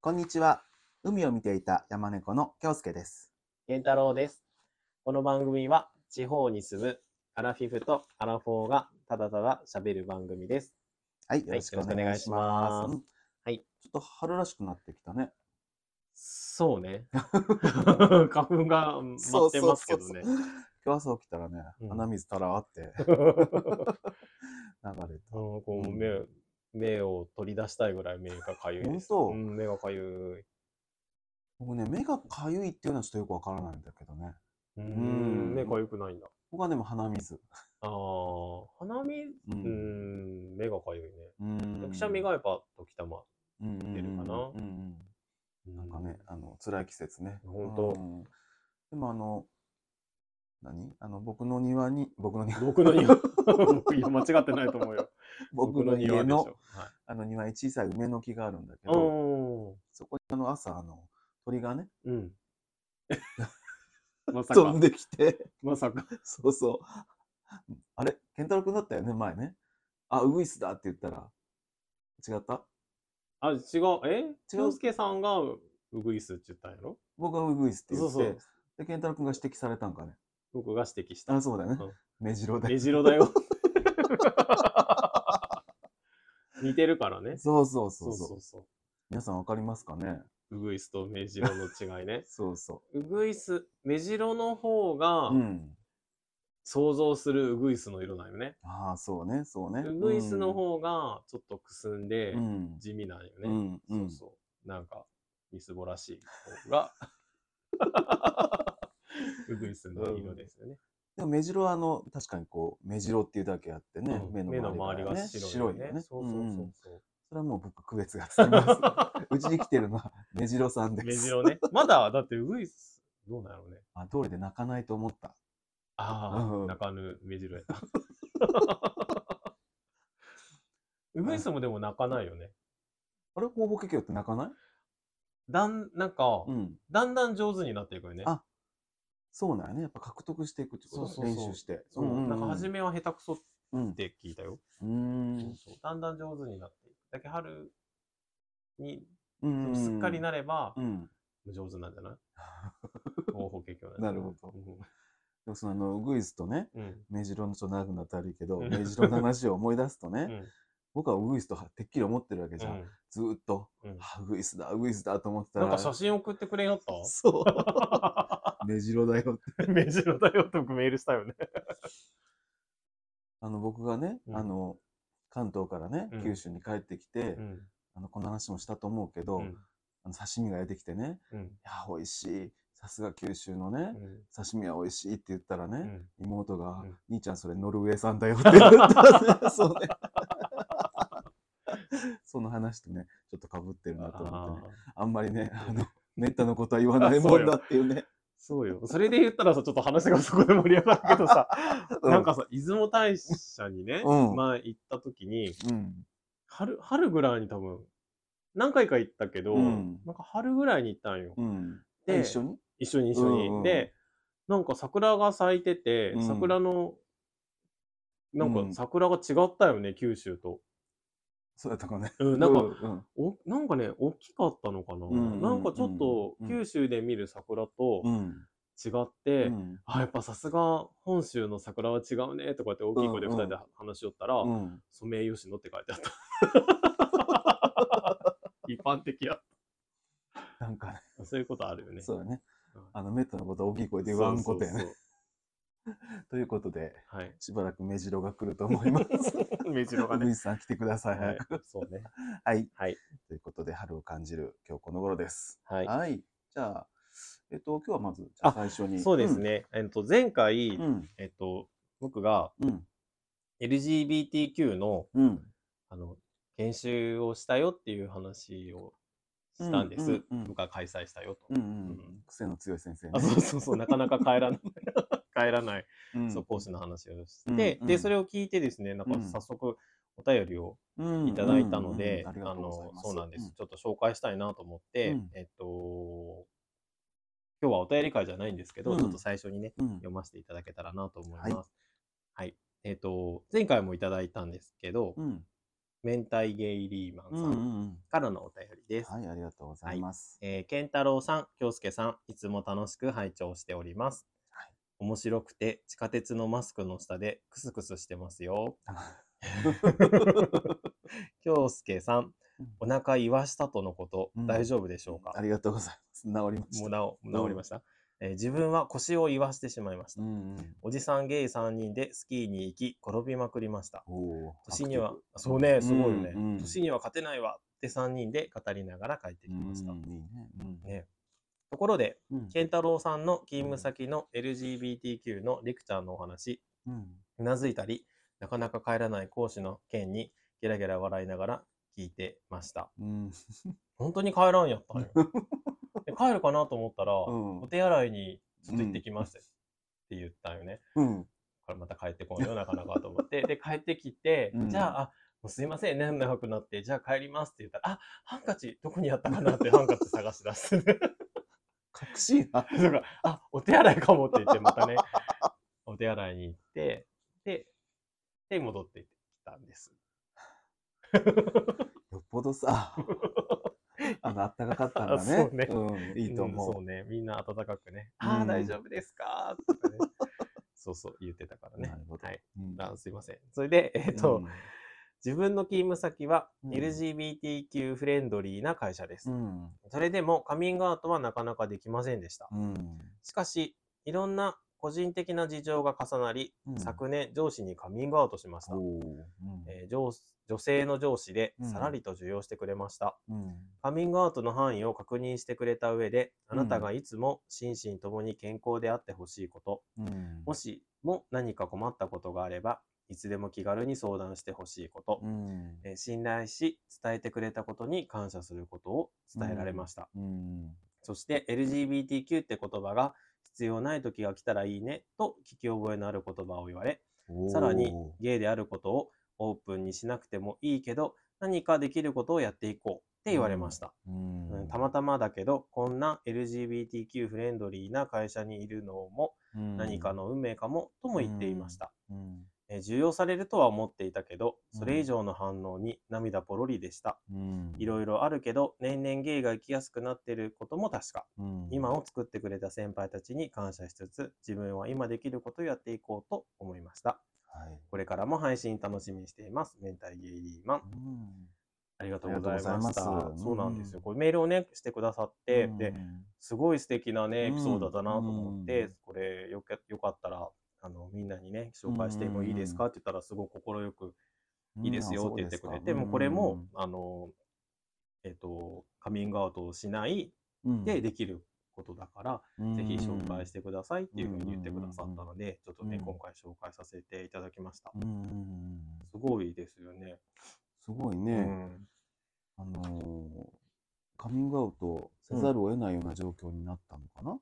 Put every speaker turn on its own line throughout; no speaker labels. こんにちは。海を見ていた山猫の京介です。
源太郎です。この番組は地方に住むアラフィフとアラフォーがただただ喋る番組です。
はい、よ
はい
ろしくお願いしま
よろしくお願いします
す。うん
はい。
ちょっと春らしくなってきたね。
そう ね。花粉がうん
そ
舞
う
って
そう
ます
そ
け
う
ど
そう
ね。
今日朝起きたらね
う、ん
鼻水たらあって
あの
流れた。
こう目目を取り出したいぐらい目がかゆいです。
本当
うん目がかゆ
僕ね、目がかゆいっていうのはちょっとよくわからないんだけどね。
い。うんん目かゆくないんだ。
僕はでも鼻水。
ああ鼻水
う
う。ん目がかゆいね。
うん
くしゃみがやっぱ時たま。
うん
出るかな
うんうんうんなんかね、あの辛い季節ね。
ほんと
うんでもあの、何あの僕の庭に、僕の庭、
僕の庭 僕いや間違ってないと思うよ。
僕の家
でし
の
ょ。はい
あの庭に小さい梅の木があるんだけど、
お
そこにあの朝あの鳥がね
ーうん。 まさ
飛
か
ん、できて
まさか。
そうそうあれ健太郎君だったよね前ねあウグイスだって言ったら違った
あ、違う、え
違う
違う。介さんがウグイスって言ったんやろ
僕はウグイスって言って
そうそう
で健太郎君が指摘されたんかね
僕が指摘した。
あそうだよね、目白で
目白だよ。 似てるからね。
そうそうそ
そうう
そう
そうそ
皆さんわかりますかね。
う。ウグイスと目白の違いね
そうそ
ウグイス、目白の方が
ううん
想像するウグイスの色なんよね。
ああそうねそうね
ウグイスの方がちょっとくすんで
う、ん、
地味なんよね。
うんう
そ
ん
う、そう。なんか、みすぼらしい方が、 うぐいすの色ですよね。
でも目白はあの確かにこう目白っていうだけあってね、
うん
目
目
の
の
周
周
り
り
が,、
が
ね、
白い
よ
よ
ね
ね。そうそう
うん
そ
ん
うそ
それはもう僕、区別がつきます。 うちに来てるのは、目白さん
う。
です。
目白ね。 まだ、だってうぐいす、どうなのね。
あ、通りで泣かないと思った。
あ
うん
あ、泣かぬ目白や な。うぐいすもでも泣かないよね。
あれ、ほぼけけって泣かない
だん、なんか
う、ん。
だんだん上手になっていくよね。
あそうなんやね。やっぱ獲得していくってこと
そうそうそう
練習して。
そうう。
ん
なんか、初
め。
めは下手くそっ
うん。
て聞いたよ。
う
そうんそう。だんだん上手になっていく。だけど春に
うん。
すっかりな
れ
れば
う、ん。
上手なん じゃない方法結局
なるほどでもその、あの、ウグイスとね、
うん。
目白のちょっと長くなって悪いけど、
うん
目白の話を思い出すと
う
ね、
ん。
僕はウグイスとはてっきり思ってるわけじゃん。ずーっと、
うん
あウグイスだ、ウグイスだと思ってた
な
ら。
んか写真送ってくれよっ
そう。
た
目白だよって
目白だよと僕メールしたよね。
あの僕がね、
うん
あの関東からね、
うん
九州に帰ってきて、
うん。
あのこの話もしたと思うけど、
うん。
あの刺身が出てきてね
う
「い
ん。
や美味しいさすが九州のね、刺身は美味しい」って言ったら
う
ね、
ん
妹が、
うん
兄ちゃんそれノルウェー産だよ」って言った、 ね、そうね その話とねちょっとかぶってるなと思ってね
あー
あんまりねあのめったなことは言わないもんだっていうね
そうよ。それで言ったらさ、ちょっと話がそこで盛り上がるけど さ、
うん
なんかさ、出雲大社にね、
うん
前行った時に、
うん
春、春ぐらいに多分、何回か行ったけど、
うん
なんか春ぐらいに行ったんよ。
うん
で
一緒に
一緒に一緒に。
うんうん
で、なんか桜が咲いてて、
うん
桜の、なん
う
か
ん
桜が違ったよね、九州と。
そうやったかね
うん、なん
う
か、
ん
おなんかね、大きかったのかな。
んうん
なんかちょっと
う、ん
九州で見る桜と
うん
違って、
うん
あ、やっぱさすが本州の桜は違うね、とかって大きい声で
う
二
んうん
人で話しよったら、
うん
ソメイヨシノって書いてあ った。一般的や。
なんかね、
そういうことあるよね。
そうだね
うん。
あの、メットのことは大きい声で言わんことや
そう
ね。
そう
ということで、
そうはい。
しばらく目白が来ると思います。
目白が
う
ね
ぐい。すさん来てください。
は
早
い
く。、
そうね。
はい。
はい。
ということで、春を感じる今日この頃です。
は
はい。じゃあ、えっと、今日はまず、じゃあ最初
い。
に。
そうですね。えっと、前回、
うん。
えっと、僕が
うん。
LGBTQ の、
うん。うん。
あの、研修をしたよっていう話をしたんで
う
す
んうんうん。
僕が開催したよと
うん。うん。う
うん
癖の強い先生ね
あ、そ うそうそう、なかなか帰らない、 帰らない、
うん
そう、講師の話をし
うん
て
う、ん
で、それを聞いてですね、なん
う
か
ん
早速、お便りを
うん
いただいたの
うん
で、
うん
あ
ありがとうござい
の
ま、す。
そうなんです。ちょっと紹介したいなと思って、
うん
えっと、今日はお便り会じゃないんですけど、
うん
ちょっと最初にね、
うん。うん。
読ませていただけたらなと思います。
は
はいい。えっ、と、前回もいただいたんですけど、
うん。
明太ゲイリーマン
うん
さ
うんん
からのお便りです。
はい、ありがとうございます。
えー、健太郎さん、京介さん、いつも楽しく拝聴しております。
はい
面白くて、地下鉄のマスクの下でクスクスしてま すよ。京介さん
うん、
お腹言わしたとのこと、
うん
大丈夫でしょうか
ありがとうございます。治りまし
もう
た。
なお
どうも
治りました、えー自分は腰を言わしてしまいました。
うんうん。
おじさんゲイ3人でスキーに行き、転びまくりました。
おー
年には、そうね、すごいよね。
うんうん
年には勝てないわって3人で語りながら帰ってきました。
うんいいね。うん
ねところで、
うん
健太郎さんの勤務先の LGBTQ のレクチャーのお話、
うん
うなずいたり、なかなか帰らない講師の件にゲラゲラ笑いながら聞いてました。
うん
本当に帰らんやった んよ。で帰るかなと思ったら、
ん
お手洗いにずっと行ってきましたよって言ったんよね。
うん
これまた帰ってこんよ、なかなかと思 って。で、帰ってきて、
うん
じゃあ、あもうすいませんね、長くなって、じゃあ帰りますって言 ったら、あ、ハンカチ、どこにあったかなってハンカチ探し出 して、
隠しいな。
だから、あ、お手洗いかもって言って、ま たね、お手洗いに行って、で、で、戻ってきたんです。
よっぽど さ、あの、あったかかったんだ
そう
ね
ね。
うん、いいと
うん
思
そうね、みんな温かくね、
うん
ああ、大丈夫ですかとかね、 そうそう、言ってたから
う。
ね
な。るほど。
はい。
うん
あすいません。それで、えっ、と、
うん
自分の勤務先は
うん
LGBTQ フレンドリーな会社です。
うん。
それでもカミングアウトはなかなかできませんでした。
うん。
しかし、いろんな個人的な事情が重なり、
うん
昨年上司にカミングアウトしました。
おーうん
えー上女性の上司で
うん
さらりと受容してくれました、
うん。
カミングアウトの範囲を確認してくれた上であ
うん
なたがいつも心身ともに健康であってほしいこと、
うん。
もしも何か困ったことがあればいつでも気軽に相談してほしいこと、
うん。
えー信頼し伝えてくれたことに感謝することを伝えられました、
うん。
そして LGBTQ って言葉が必要ない時が来たらいいねと聞き覚えのある言葉を言われ
おー
さらに、ゲイであることをオープンにしなくてもいいけど、何かできることをやっていこうって言われました。
うん
うんたまたまだけど、こんな LGBTQ フレンドリーな会社にいるのも
うん
何かの運命かもとも言っていました。
うん。
えー重要されるとは思っていたけど、
うん
それ以上の反応に涙ポロリでした。
うん。
いろいろあるけど、年々ゲイが生きやすくなっていることも確か。
うん
今を作ってくれた先輩たちに感謝しつつ、自分は今できることをやっていこうと思いました。
はい。
これからも配信楽しみにしています。明太ゲイリーマン。
うん
ありがとうござい
あり
ま
が
した。
とうございます
そうなんです
う
よ。
ん
これメールをね、してくださって、
う
で、
ん
すごい素敵なね、エ
うん
ピソードだなと思って、
うん。
これよか、よかったら、あの、みんなにね、紹介してもいいですかって言ったら、すごく快く、いいですよって言ってくれて、もうこれも、、あの、えっ、と、カミングアウトをしないでできることだから、ぜひ紹介しててくださいっていうふうに言ってくださったので、ちょっとね、
うん
今回紹介させていただきました。
うんうんうん
すごいですよね。
すごいうね、
ん
あのーカミングアウトせざるを得ないような状況になったのかな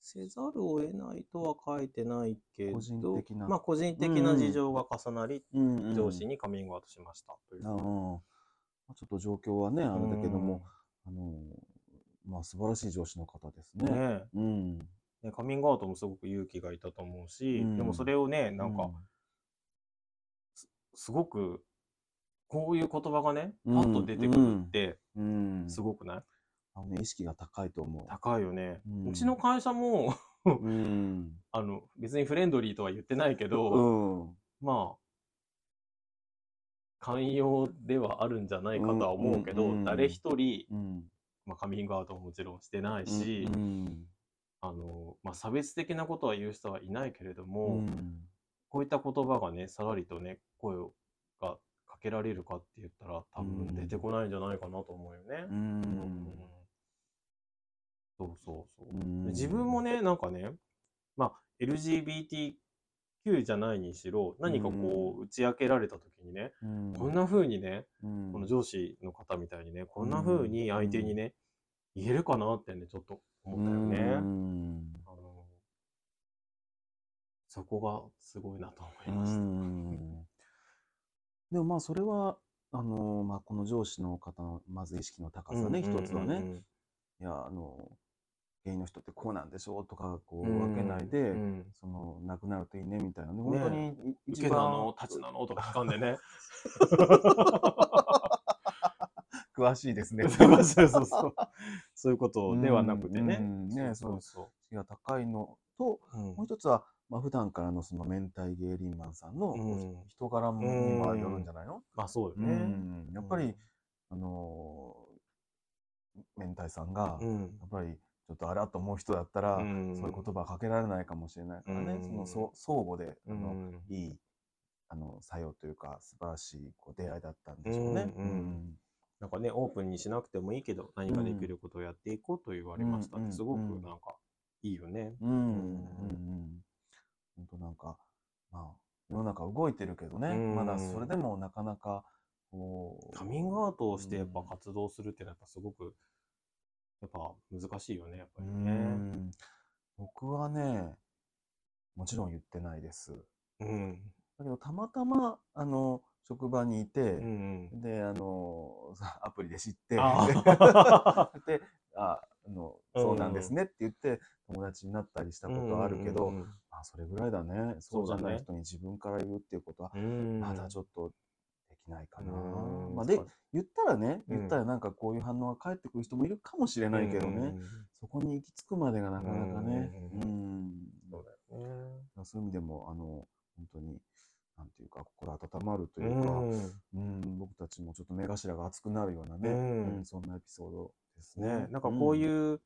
せざるを得ないとは書いてないけど、
個人的な
まあ個人的な事情が重なり、
うんうん
上司にカミングアウトしましたという。
あのーちょっと状況はね、あれだけども、あのーまあ素晴らしい上司の方です
うん。ね
ね。うん。
えねカミングアウトもすごく勇気がいたと思うし、
うん
でもそれをね、なんか、
う
すごく、こういう言葉がね、パッと出てくるって、
うん、
すごくない、
あのね意識が高いと思
高いよね。
うん
うちの会社も、
う。うん。
あの、別にフレンドリーとは言ってないけ
う
ど、
ん。
まあ、寛容ではあるんじゃないかとは思うけど、
うんうんうん
誰一人、
うん。
まあ、カミングアウトももちろんしてないし、
うん。
あのまあ、差別的なことは言う人はいないけれど
う
も、
ん。
こういった言葉がねさらりとね声をがかけられるかって言ったら
う
多
ん
分出てこないんじゃないかなと思うよね。
う
うん
ん。
そうそうそうう。
ん
で自分もねなんかね、まあ、LGBTQ じゃないにしろ何かこう打ち明けられた時にね、
うん、
こんな風にね
うん、
この上司の方みたいにね、こんな風に相手にね、言えるかなってね、ちょっと思ったよね。
うん
あのそこがすごいなと
う
思いました。
んでもまあそれはあのまあ、この上司の方のまず意識の高さね、一つはね。いやあの芸人の人ってこうなんでしょうとかこ
う
うん分けないで、
うん
そのなくなるといいねみたいなね本当に
受
一
けな
番
の立ちなのと か聞かんでね
詳しいですね。
そう そうそうそうそういうことではなくてね,、
うんうんねそう
そ
気が高いのと
う、うん
もう一つは、まあ普段からのその明太芸リーマンさんの
うん
お人柄もにはよるんじゃないの、
まあそうよ
う
ね、
んやっぱり、あのー明太さんが、
う
や
ん
っぱりちょっとあらと思う人だったら、
うん
そういう言葉かけられないかもしれないからね、
うん
そのそ相互であ
う
の、
ん
いいあの作用というか素晴らしいこう出会いだったんでしょうね。
うんうんなんかねオープンにしなくてもいいけど何かできることをやっていこうと言われました
う
ね、
ん
すごく
うん
なんかいいよね、
うんうんうん本当なんか、まあ、世の中動いてるけどね、
うん
まだそれでもなかなかこう
カミングアウトをしてやっぱ
うん
活動するってのはやっぱすごくやっぱ難しいよねやっぱ
う
りね
ん僕はねもちろん言ってないです
うん
だけどたまたまあの職場にいて、
うん
であのさアプリで知って
あ
でああの
うん
そうなんですねって言って友達になったりしたことはあるけど、
うんうん
あそれぐらいだねそうじゃ
そうだ
ない
ね
人に自分から言うっていうことは
うん
まだちょっとできないかな。
うん
まあ、で
そう
言ったらね
うん
言ったらなんかこういう反応が返ってくる人もいるかもしれないけどね、
うん
そこに行き着くまでがなかなかね、う
うんん
そう
うんうん
そういう意味でもあの本当になんていうか心温まると
と
い
いうう
か、
か
うん、僕たちもちょっと目頭が熱くなるようなね、
うん
うんそんなエピソードですね。
ね、なんかこう
う
いう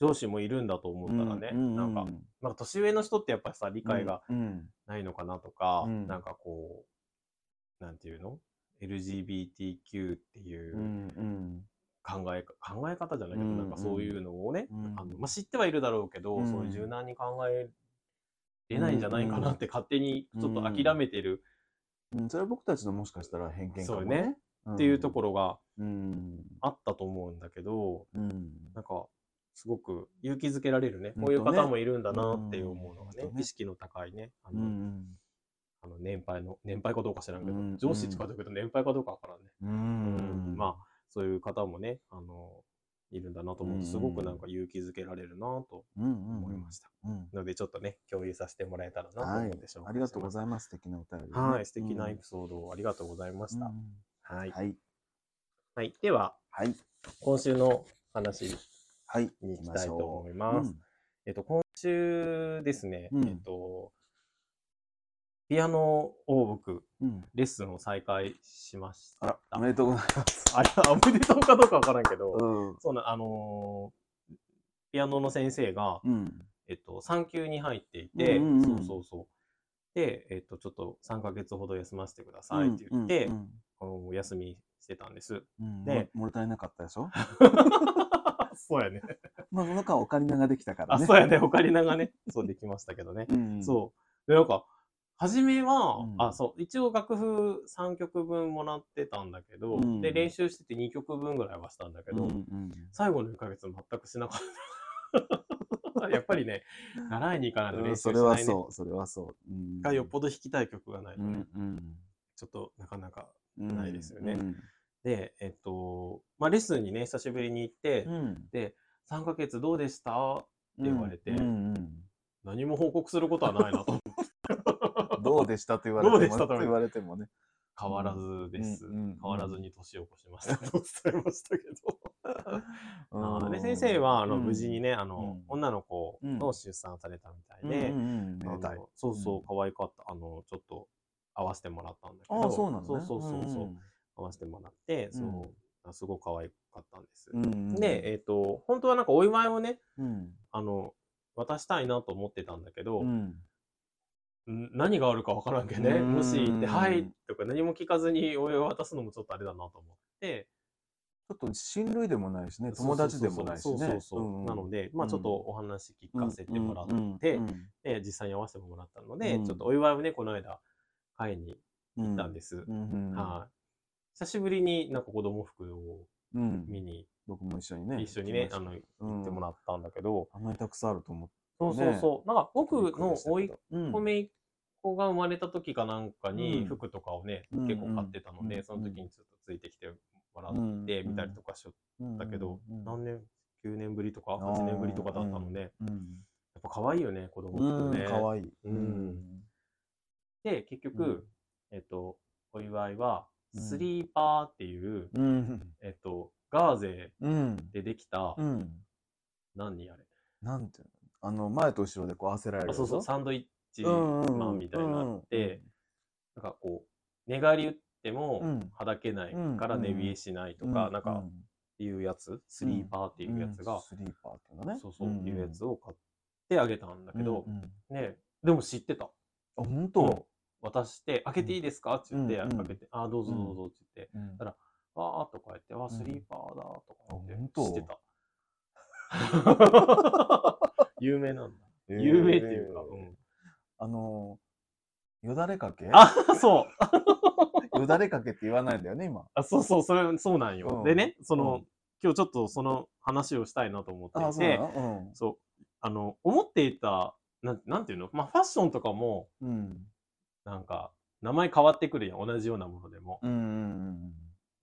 上司もいるんだと思ったらね、なんか、なんか年上の人ってやっぱりさ理
理
解が、
うん
ないのかなとか、
うん
なんかこうなんていうの LGBTQ っていううん
うん
考え,、考え方じゃないけど、
うん
なんかそういうのをね、
うん
あのまあ、知ってはいるだろうけど、
うん
そういう柔軟に考えれないんじゃないかなって勝手にちょっと諦めてる
うん、それは僕たちのもしかしたら偏見か
そう
もね。
よねっていうとこ
ろ。
ろが
うん
あったと思うんだけど、
うん
なんかすごく勇気づけられるね、
うん
こういう
とね
方もいるんだなって思うのがね,、
うんとね
意識の高いねあ
う
の、
ん
あの年配の年配かどうか知らんけど、
うん
上司近づくと年配かどうかわからんね。
う
うん
ん
まあそういう方もねあのいるんだなと思うとすごくなんか勇気づけられるなと
うんうん
思いました、
た。うん
のでちょっとね共有させてもらえたらなと
は
思
い
ってしま、
ありがとうご
い
ざいます。素敵なお便りをね。
はい素敵なエ
うん
ピソードをありがとうございました、
うん
はい、
はい。
はい、では
はい。
今週の話
はい。
に行きたいと思い
行き
ま
まし
す、
ょう。
えっと今週ですね、
うん
えっとピアノを僕
うんうん
レッスンを再開しまし
あら
た、
おめでとうございます。
あれおめでとうかどうかわからんけど、
うん
そうな、あのーピアノの先生が、
うん。
えっと、産休に入っていて、
うんうんうん
そうそうそう。で、えっと、ちょっと3ヶ月ほど休ませてくださいって言って、
うんうん
あのお休みしてた んです。
うん
で
も物足りなかったでしょ
そうやね。
まあ、その間オカリナができたから
あ、
ね。
そうやね。オカリナがね、そうできましたけどね。
うん
そう。で、なんか、初めは、
うん
あ、そう、一応楽譜3曲分もらってたんだけど、
うん
で、練習してて2曲分ぐらいはしたんだけど、
うんうん
最後の1ヶ月全くしなかった。 やっぱりね、習いに行かないと
う
練
ん
習
そ
し
れ
な
はい
ね。
そう、それはそう。うん
がよっぽど弾きたい曲がないと
う
ね、
んうん
ちょっとなかなか。
うん
ないですよね
うん
で、えっと、まあ、レッスンにね、久しぶりに行って、
うん
で、3ヶ月どうでした
うん
言われて
うんうん
何も報告することはないな と。
どうでしたと言われても。
どうでしたと
言われてもね。
変わらずです。
うんうん
変わらずに年を越しま したと伝えましたけど。あ
う
の
ん
で先生はあの無事にね、あの
うん
女の子
うん
の出産されたみた
うんうん
いで、
うんめ
あ
でたい
のそうそうう、
ん
可愛かった。あの、ちょっと、合わせてもらったんだけど。
ああ、そうなのね。
そうそうそうそう。合わせてもらって、
うん
そう、あすごく可愛かったんです。
うんうん。
で、えっ、と、本当はなんかお祝いをね、
うん
あの、渡したいなと思ってたんだけど、
うん
ん何があるかわからんけね、
うん
もし行って、はい、とか何も聞かずにお祝いを渡すのもちょっとあれだなと思って、
ちょっと親類でもないしね、友達でもないしね。
そうそうそうそう、
ん
なので、まあちょっとお話聞かせてもらって、で実際に会わせてもらったので、
うん
ちょっとお祝いをね、この間、会に
行
行ったんです。
は
はい。久しぶりになんか子供服を
い。うん
見に、
僕も一緒にね。
一緒にね、あ
行きま
の、
した、行
行ってもらったんだけど、
あんなにたくさんあると思って。
そうそうそう、なんか僕の甥いっ子
米
姪っ子が生まれた時かなんか
うん
に服とかをね、
うん
結構買ってたの
うん
で、その時にちょっとついてきてもらって
うん
見たりとかしよったけど、
うん
何年、 9年ぶりとか
ん
8年ぶりとかだったので、やっ
うん。
ぱ可愛いよね、子供
う
っ
ん、
てね。
かわいい。
うんで、結局、えっと、お祝いは、
うん
スリーパーっていう、
うん。うん。
えっと、ガーゼ
うん。
でできた、
うん。
何あれ
なんていうのあの、前と後ろでこう合わせられるや
あ、
つ。
そうそう、サンドイッチ
うんうんうん
マンみたいなのあって、なんかこう、寝返り打って
う
も
ん、
はだけない
うん
から
うん
寝冷えしないと
うん
か、なんか、
う
っていうやつ、スリーパーっていうやつ
うん
が、
スリーパーっていうのね。
そうそう、
ん
いうやつを買ってあげたんだけど
う、んうん
ね、でも知ってた。
あ、本当
渡して、開けていいですかって言っ
う
て、開
んうん
けて、あ、どうぞどうぞって言って、
うん
だわーっとか言って、あ、
ん
スリーパーだとか
あ
言
本
って、
当
知ってた。 有名なんだ。
えー
有名っていうか、うん
あの、よだれかけ
あ、 そう。
よだれかけって言わないんだよね、今。
あそうそう、それ、そうなんよ。
うん
でね、その、
うん
今日ちょっとその話をしたいなと思
あ、
っ
そ
て
う
い
な
て、
の
そう、あの、思っていた、なんなんていうのまあ、ファッションとかも、
うん。うん。
なんか、名前変わってくるやん、同じようなものでも。
うんうん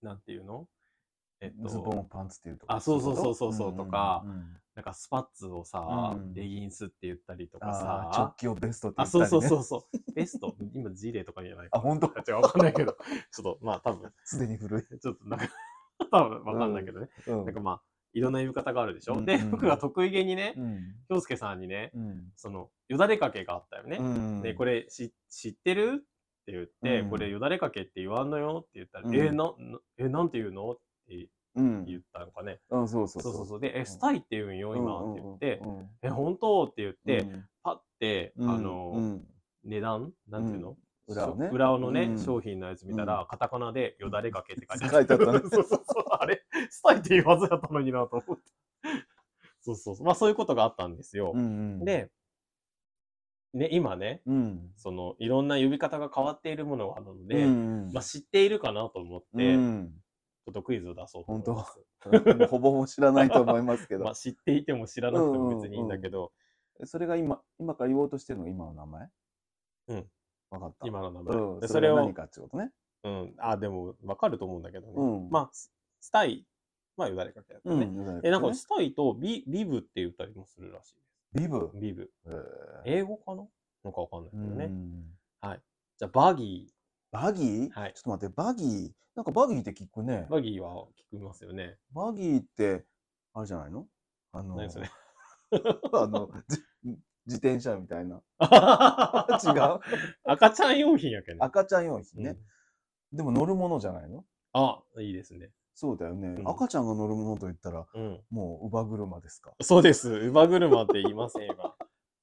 なんていうのえっ
うん。ズボンを
と、
パンツっていうとか。
あそうそうそうそうそう
いこと
とか。
んんん
なんかスパッツをさ、
うん
レギンスって言ったりと
あ
か
ー直
さ、
帰をベストって
あ、
言った
そ
り
う
ね。。
そうそううそう、ベスト、今ジーレとかじゃない
あ、
か。
本当
違う、わかんないけど、ちょっと、まあ多分、
すでに古い。
ちょっとなんか、 多分わかんないけどね。
うん
なんかまあ、いろんな言い方があるでしょ、
うん
で、
うん
僕が得意げにね
う、ん。
京介さんにね、
うん。
その、よだれかけがあったよね。
うん
で、これし知ってるって言って、
うん
これよだれかけって言わんのよって言ったら、
うん
えーな、なえなんて言うのって
うん。
言ったのかね。
うん、そうそ
そううそうそう
う。
で、え、スタイって言うんよ、今って言って、
うんうんうん
え、本当って言って、
うん
パッて、あの、
うん
値段なんていうの、
裏をね
そう裏のね、
うん
商品のやつ見たら、カタカナでよだれかけって書いて
書いてあったね
そうそうそう。あれ、スタイって言わずやったのになと思って。そうそうそう。まあそういうことがあったんですよ。
うんうん、
で、ね、今ね、
うん、
そのいろんな呼び方が変わっているものがあるので、
うんうん
まあ知っているかなと思って、
う
ち
ん、
ょっとクイズを出そうと思います。
ほぼほぼ知らないと思いますけど、
まあ知っていても知らなくても別にいいんだけど、
それが今今から言おうとしてるのが今の名前
うん
分かった
今の名前。
うん、
で
そ
そ
れ
れ
は
を
何、かってことね
うん、あ、でもわかると思うんだけどね。
うん
まあ、ススタイはよだれかけだったね。
うん
え、なんか
ね
スタイとビビブって言ったりもするらしい
ビブ
です。ビブ。
え
英語かななんかわかんないけどね。
うん
じゃあ、バギ
バギー、
はい
ちょっと待ってバギーなんかバギーって聞くね
ー。バギーは聞きますよね。
バギーってあれじゃないのあの
何それ
あのじ自転車みたいな 違
違
う。
赤ちゃん用品やけど、
赤ちゃん用
う
品
ん
ね、でも乗るものじゃないの
あ、いいですね。
そうだよね、
うん
赤ちゃんが乗るものと言ったら
うん。
もう乳母車ですか
そうです。乳母車って言いませんが。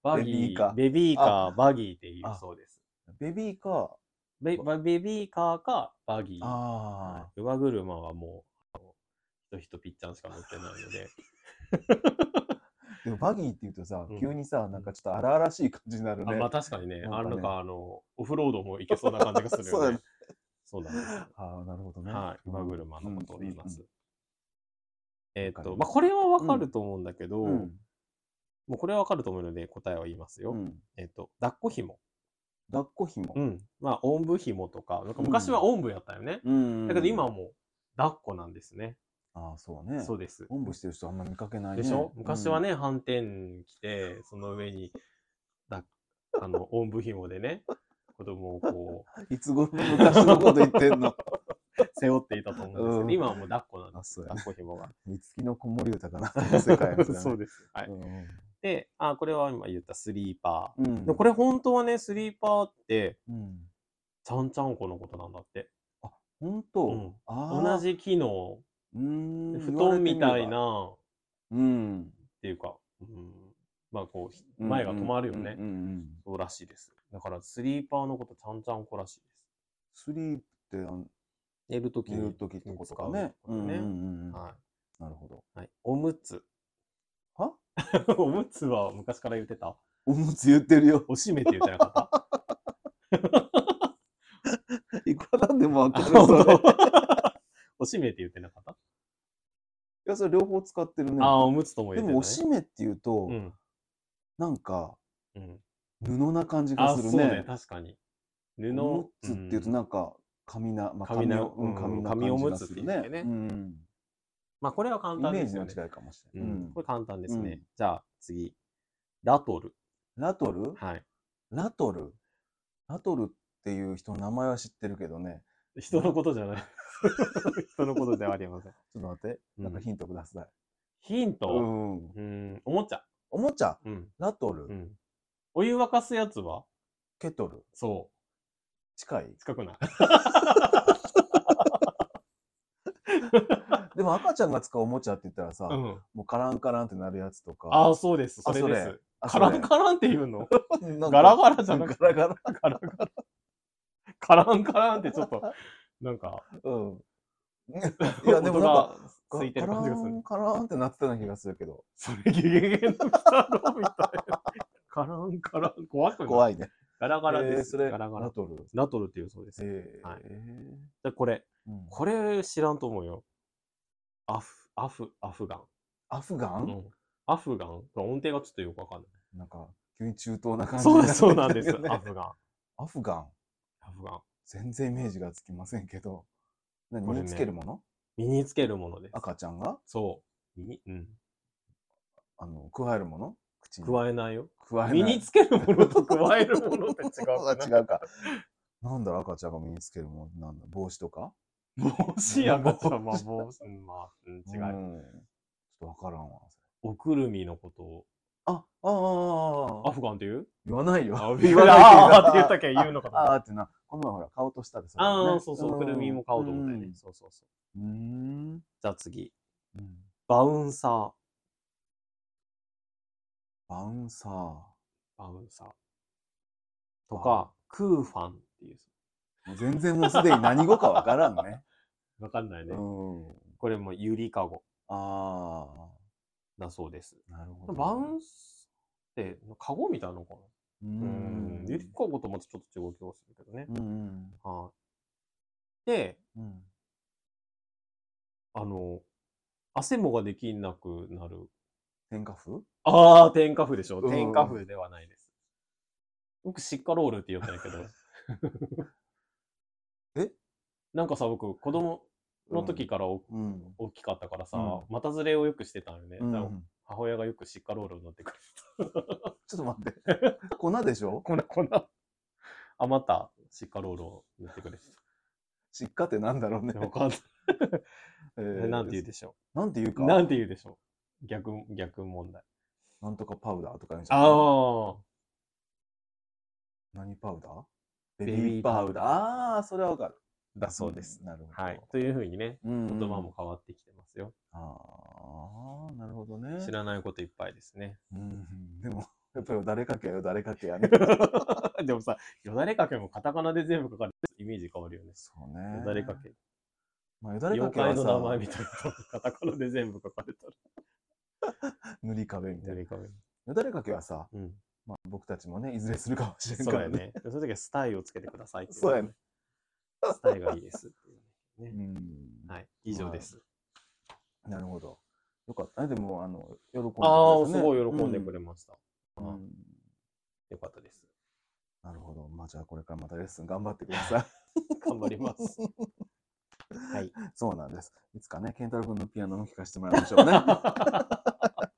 バギー、
ベビーカー
ベビーカーバギーって言う
あ
そうです。
ベビーか
ベバベビーカーかバギー。
あ
はい乳母車はもう、あのひとひとぴっちゃんしか持って ないので。
あ、でもバギーって言うとさ、
うん
急にさなんかちょっと荒々しい感じになる
あ
ね、
まあ確かにね、
なんか
あ
ね
のなんかあの、オフロードも行けそうな感じがす る
そう
よ
だ
ね
ね。
そうなんですよ。
ああなるほどね
はい。馬車のことを言います。えー
わ
っ
か
と、
る
まあこれはわかると思うんだけど、
うんうん
もうこれはわかると思うので答えを言いますよ。
うんうん
えーっと、抱っこ紐。
抱っこひも
うん。まあ、おんぶ紐とか、なんか
うん
昔はおんぶやったよね。
うん
だけど今はもう、抱っこなんですね。
ああそうね
そう
で
です。
おんぶしてる人あんま見かけないね
でしょ昔は、ね、反転着て、その上に、だあの、おんぶ紐で ね、子供をこう、
うんいつ頃の昔のこと言ってんの
背負っていたと思うんですけど、
うん
今はもう抱っこなんで
あそうや
す。抱っこ紐が。
三月の子守歌かなこの世界の、
そうです。はい。
うん
で、あ、これは今言ったスリーパ
う
ー。
ん
でこれ本当はね、スリーパーって、
うん
ちゃんちゃんこのことなんだって。
本当、
うん
ああ
同じ機能、
うーん
布団みた
言われてみ
い、
れば
な、っ
うん、
ていうか、うん、まあこう、前が止まるよね
うん。うんうんうん
そうらしいです。だから、スリーパーのことちゃんちゃんこらしいです。
スリープってあの
寝るとき
寝る時ってことかね。
うん
うんうんうん
は
なるほど。
い。はい。おむつ。
は
おむつは昔から言ってた。
おむつ言ってる よ。
おしめって言ってなかった。
いくらなんでもわ か
あ
る。
本
それい
当 おしめって言ってなかった、
や、それ両方使ってるね。
ああ、おむつとも
で
言ってた、ね。
も、おしめっていうと
う、ん。
なんか、
うん。
布な感じ
あ
が
あ、
す
そ
る
うね
ね。。
確かに。
お
布
むつっていうと、なんか、紙な、まあ、
紙な
をうん
うん
紙な
紙おむ
感じが
つ
す
って
る
いうんだ
ね
よね。
うん
まあ、これは簡
イ
単
メー
です
ジ
よ
の
ね
時。代かもし
う
れない。
ん、これ簡単です
う
ね
ん。
じゃあ、次。ラトル。
ラトル
はい。
ラトルラトルっていう人の名前は知ってるけどね。
人のことじゃ ない。人のことではありません。
ちょっと待って、なんか
うん
ヒントください。
ヒン
う
ト。
ん。
うん、おもちゃ。
おもちゃ、
うん。
ラトル、
うん。お湯沸かすやつは
ケトル、
そ。。
近いう
近くない。
でも赤ちゃんが使うおもちゃって言ったらさ、
うん。
もうカランカランってなるやつとか。
ああ、そうです。そ
あ
れ
それ
です。
あ、
カランカランって言う の
ラン。なんか
ガラガラじゃなくて
ガラガラ。
カランカラン。カランカランってちょっと、なんか、
うん。いや、でもなんか、
音がついてる感じがする。
カランカランってなってたような気がするけど、
それゲゲゲの鬼太郎みたいな。カランカラン、怖くない
怖いね。
ガラガラ
え
で
ー
す。
それ、
ガラガ
ラ
ラ。
トル。
ラトルっていうそうです。
えー
はい
えー
でこれ、
うん
これ知らんと思うよ。アフ、アフ、アフガン。
アフガ
う
ン、
んアフガン音程がちょっとよくわかんない。
なんか、急に中東な感じ
そう
に
です、
って
そう
き
なん
た
で
け
す
ど。ね
アフガン。
アフガン。
アフガン。
全然イメージがつきませんけど、何
これ
身
ね
につけるもの
身につけるものです。
赤ちゃんが
そう。身に、うん。
あの、加えるもの口に。
加えないよ。
加えない。
身につけるものと加えるものって違う かな。
違うか。なんだろう、赤ちゃんが身につけるもの、なんだ帽子とか
帽子やな、まあ、帽子、うんまあ、うん違う。
んちょっとわからんわ。
おくるみのことを、
あ、ああ
ア
あ、
フガンっていう
言わないよ
あ。
言わない
あーって言ったっけ言うのかと思った
ああーってな。この前ほら、顔としたでさ。
ああ、
ね
そうそう、おくるみも買おうと思ったよね。。そうそうそう。
うんうん。
じゃあ次。
うん
バウンサー。
バウンサー。
バウンサー。とか、クーファンっていう。
もう全然もうすでに何語かわからんね。
わかんないう ね。
ん。
これもゆりかご
あ
だそうです。
あ、なるほど。
バウンスって、かごみたいなのかな
う
うんん。ゆりかごとまたちょっと違う気がするけどね
う。ん。
はい。で、
うん。
あの、汗もができなくなる。
天下風
ああ、天下風でしょ。
うん。
天下風ではないです。僕、シッカロールって言ったんやけど
え
なんかさ、僕、子供の時からお
うん。
大きかったからさ、
うん
股ずれをよくしてたんよね。
う
だから
ん。
母親がよくシッカロールになってくれ
ちょっと待って。 粉でしょ
こんな、こんな。余ったシッカロールを塗ってくれて
失火ってなんだろうね
た。。わかんない。
え
え
ー
なんて言うでしょ
なんて言うか
う。。なんて言うでしょう。逆、逆問題。
なんとかパウダーとか言うんじゃない
ああ。
何パウダーベ
ベ
ビ
ビー
ーパウダー。
パウダ
ああー、それはわかる。
だそうです。
ん。なるほど。
はい。というふうにね、
うん
言葉も。変わってきてますよ。
ああ、なるほどね。
知らないこといっぱいですね。
うん。でも、やっぱり誰かけやよ、誰かけやね。
でもさ、よだれかけもカタカナで全部書かれてるイメージ変わるよね。
そうね。
よだれか。け。
まあ、よだれか
妖
けは
怪の
さ
名前、みたいな。カタカナで全部書かれた ら。
塗り壁みた
よ
い
だ
な。
れかけ。
よだれかけはさ、
うん。
僕たちもね、いずれするかもしれん
そ
か
う
ら
や。 ね。その時はスタイをつけてくださいってい
そうやね。
スタイがいいですっていううね。
ん。
はい。以上です。
なるほど。よかった。あでも、あの、喜んでくれたね
ああ、すごい喜んでくれました。
うん
あ
うん
よかったです。
なるほど。まあ、じゃあ、これからまたレッスン 頑張ってください。
頑張ります。はい。
そうなんです。いつかね、健太郎君のピアノも聴かせてもらいましょうね。
は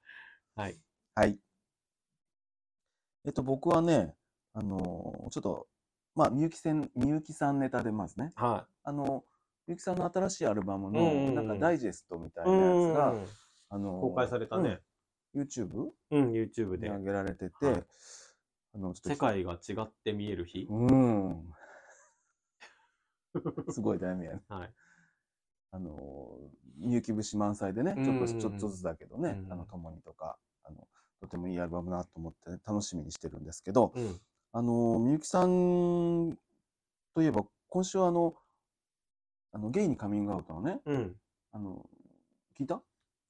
い。
はい。えっと、僕はね、あのーちょっと、まあ、みゆきせん、みゆきさんネタでますね。
は
あの、みゆきさんの新しいアルバム
うんうん
の、
うん
なんかダイジェストみたい
い。
なやつが、あのー
公開されたね。。
うん YouTube
うん、YouTube
で
で。
上げられて
は
て
い、
あの、ちょっと
世界が違って見える日。
うん。すごい題名やね。
はい。
あの、みゆき節満載でね、ちょっと、
うんうんうん
ちょっとずつだけどね、
うん
あの、共にとか、あの、とてもいいアルバムだなと思って、楽しみにしてるんですけど、
うん。
あの、みゆきさんといえば、今週はあの、あの、ゲイにカミングアウトのね、
うん。
あの、聞いた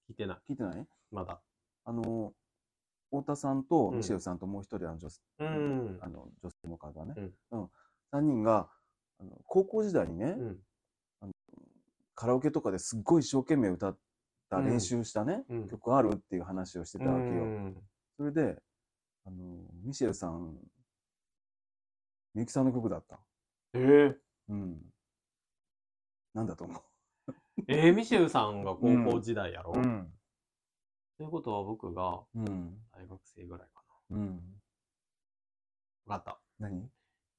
聞いてない。
聞いてない
まだ。
あの、太田さんと
うん
ミシェルさんともう一人あの女性
うん
あの女性の方ね、
うん
うん3人があの高校時代にね、
うん。
カラオケとかですっごい一生懸命歌った
うん
練習したね、
うん
曲あるっていう話をしてたわけよ。
うん
それであのミシェルさんみゆきさんの曲だった。
ええ。
うん、なんだと思う
えー、ミシェルさんが高校時代やろ、
うん。
ということは僕が
うん。
大学生ぐらいか
うん。
な。わかった。
何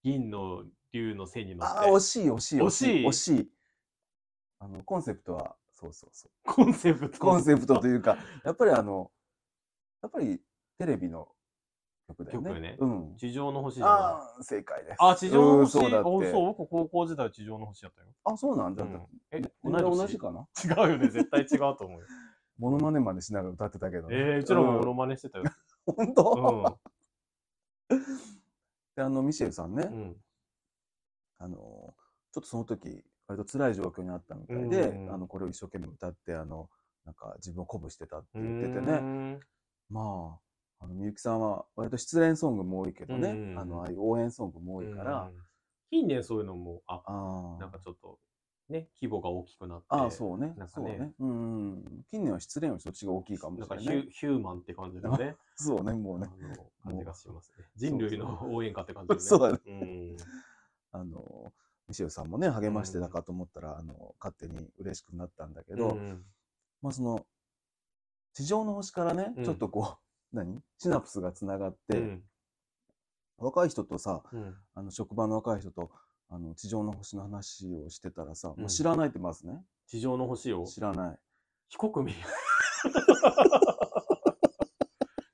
銀の竜の背に乗
あ
っ
あ、惜
て。
しい、惜しい、
惜
惜
し
し
い
い。惜しい。あの、コンセプトは、そうそうそう。
コンセプト。
コンセプトという か、やっぱりあの、やっぱりテレビの曲だよね。
曲ね
うん。
地上の星じゃない。
ああ、正解です。
あ、地上の星。
うんそうだ
あ、
っ
そ
て
う、僕高校時代地上の星やったよ。
あ、そうなんだ。
うんえ、
同じ同
同
じ
じか。
かな
違うよね、絶対違うと思うよ。
モノマネまでしながら歌ってたけどね。
えー、うちらもモ
う
ノ
ん
マネしてた よ。
本当、
う
であの、ミシェルさんね、
ん。うん。
あの、ちょっとその時、割と辛い状況にあったみたいで、
うんうん
あの、これを一生懸命歌って、あの、なんか自分を鼓舞してたって
う
言っててね。
ーん
まあ、あのみゆきさんは割と失恋ソングも多いけどね、
うんうんうん
あのああいう応援ソングも多いから、
うん近年そういうのも、あ、
あ
なん
あ
かちょっと、ね、規模が大きくなって。
ああそうね
なんか
そう
ね
ね、うんうん、近年は失恋よりそっちが大きいかも
な
し
んか
れ
ヒ
ない、ね
ュ、ヒューマンって感じのね、
そうねも
あ
う
の
ね
感じがしますね。人類の応援歌って感じね。
そうだね
うん。
あのミシェルさんもね励まして
うんう
た
ん
かと思ったら、あの勝手に嬉しくなったんだけ
け
ど、まあその地上の星からね、
うん
ちょっとこう 何シナプスがつながって、若い人とさ
うん
あの職場の若い人とあの地上の星の話をしてたらさ、もううん知らないってまずね
地上の星を
知らない
非国民。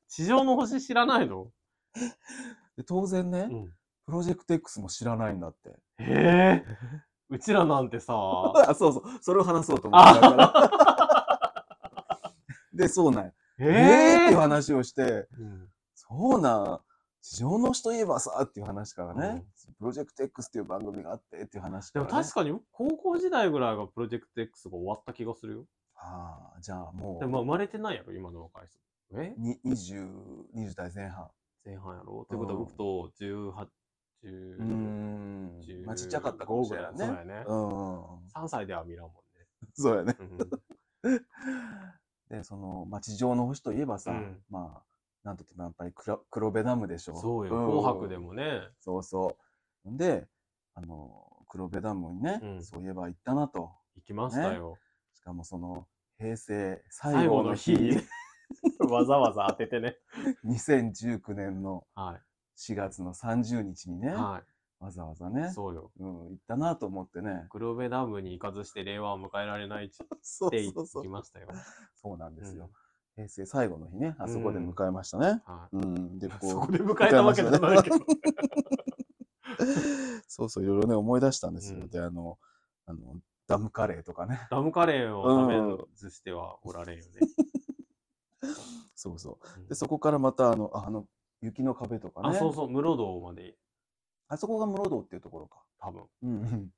地上の星知らないの
で当然ね、
うん
プロジェクト X も知らないんだって。
へえ。うちらなんてさ、
あ、そうそう。それを話そうと思ってたから。 で、そうなんや。
え
えー、っていう話をして、
うん
そうなん。地上の人といえばさ、っていう話からね、プロジェクト X っていう番組があってっていう話
で
から、
も
ね。
確かに高校時代ぐらいがプロジェクト X が終わった気がするよ。
ああ、じゃあも
でもまあ生まれてないやろ、今の若い人。え
う、に 20, 20代前半。
前半やろということは僕と18、
うー
10、
ん。
10
まあ、ちっちゃかったかもしれないね。
そうだよね
うん。
3歳では見らんも
そうやね。
んね。
で、その、まあ、地上の星といえばさ、
うん
まあ、なんといってもやっぱり黒黒部ダムでし
う
ょ。
ん そうよ、
ん
紅白でもね。
そうそう。んで、あの、黒部ダムにね、
うん
そういえば行ったなと。
行きましたよ。
しかもその、平成
最
最
後
後
の
の
日
日、
わざわざ当ててね。
2019年の
は
4月の30日に
い。
ね、
は
わざわざね
い。、そうよ。
うん、行ったなと思ってね。
黒部ダムに行かずして令和を迎えられないっつっ
そう
て
そうそ
行
う
き。ましたよ。
そうなんですよ
う。
平成最後の日ね、あそこで迎えましたね。
はい
うん、で、こう。
そこで迎えたわけじゃないけど。
そうそう、いろいろね、思い出したんですよ。
うん
で、あの、あの、ダムカレーとかね。
ダムカレーを食べずしてはおられんよね。
そうそう。
うん
で、そこからまた、あの、ああの、雪の壁とかね。
あ、そうそう、室堂まで、
あそこが室堂っていうところか。
多分。
うんうん。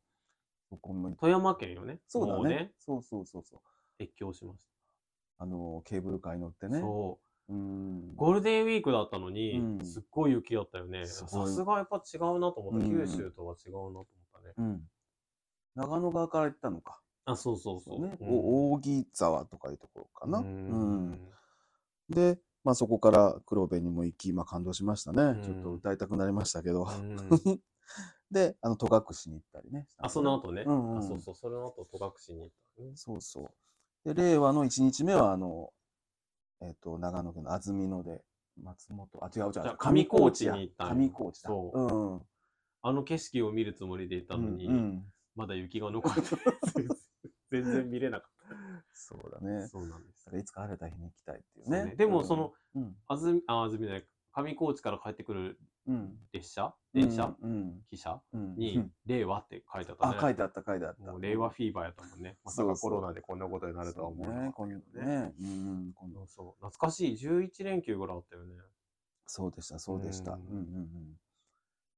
そこも行った
富山県よね。
そうだ
も
ねそうそうそうそう。
越境しまし
あの、ケーブルカーに乗って
た。
ね。。
そう
ん
う。。ゴールデンウィークだったのに、
うん
すっごい雪だったよね。
す
さ
ごい
すがやっぱ違うなと思った。
うん
九州とは違うなと思ったね。
うん。長野側から行ったのか。
あ、そうそうそう。
ね。
うん
お扇沢とかいうところかな。
う
うん
ん。
で、まあそこから黒部にも行き、まあ感動しましたね。
ん
ちょっと歌いたくなりましたけど。
うん
で、あの、戸隠に行ったりね。
あ、その後ね。
うんうん
あ、そうそう、その後、戸隠に行ったね。
そうそう。で、令和の1日目は、あの、えっ、と、長野県の安曇野で、松本、あ、違う違う
ゃあ
違う、
上高地に行ったんや
上高地だ。
そううん
うん。
あの景色を見るつもりでいたのに、
うんうん
まだ雪が残って、 全然見れなかっ
そうだね
た。。そうなんです
だか。らいつか晴れた日に行きたいっていう
そう
ね
ね。でもその
うん、
安住、あ、安住じゃない、上高地から帰ってくる
うん、うん。
列車電車、
うん。
汽車
うんう
に
ん、
令和って書いてあったね。
あ、書いてあった、書いてあった。
もう令和フィーバーやったもんね。まさ
そ
か
うそ
コ
う
ロナでこんなことになるとは思
そうう
な
ね。
かっ
今
た
度
けどね。
ね。うん、今
そ
度
う。そう。懐かしい。11連休ぐらいあったよね。
そうでした、そうでした。う
うんん
うんうん。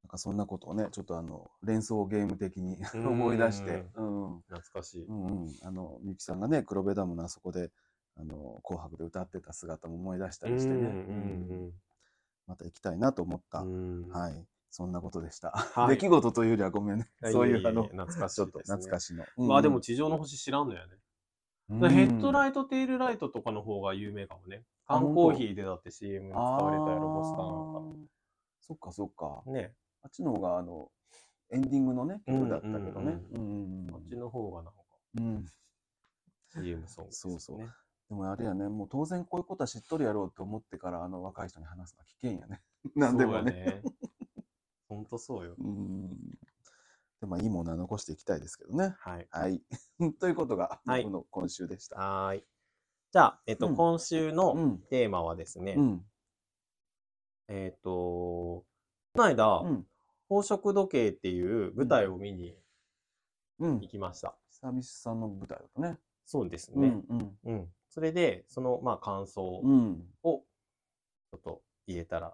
なんかそんなことをね、ちょっとあの、連想ゲーム的に
う ん
思い出して、うん。
懐かしい。
うんうん、あのみゆきさんがね黒部ダムのあそこで「あの紅白」で歌ってた姿も思い出したりしてね、うん
ん
また行きたいなと思った、
うんうん。
はいそんなことでした、
い
出来事というよりはごめんね
や
そうい
や
う
や
あの
懐かしい。
ちょっと懐か
しい。
しいの、
まあでも地上の星知らんのよね。だからヘッド
イ
ライト、テールライトとかの方が有名かもね。缶コーヒーでだって CM に使われたやろ、ボスターなん
そっかそっか、
か。ね。
あっちの方があのエンディングのね曲だったけどね
う
うんう
ん
んうん
こっちの方がなんか
うん
CM ソングですよ
そ
ね。
うそうでもあれやね、もう当然こういうことはしっとりやろうと思ってから、あの若い人に話すのは危険やね。 なんでもね。
そうやね。ほんとそうよ。
うん。でもいいものは残していきたいですけどね。
はい。
はい。 ということが、
はい
僕の今週でした。
はーい。じゃあ、えっと、
うん
今週
う
の
ん。
テーマはですね、
うん。
えっと、この間、
うん。
宝飾時計っていう舞台を見に
うん。
行きました。
久々さんの舞台だとね。
そうです
う
ね。
ん。うん。
うん。それで、その、まあ、感想を
うん。
ちょっと言えたら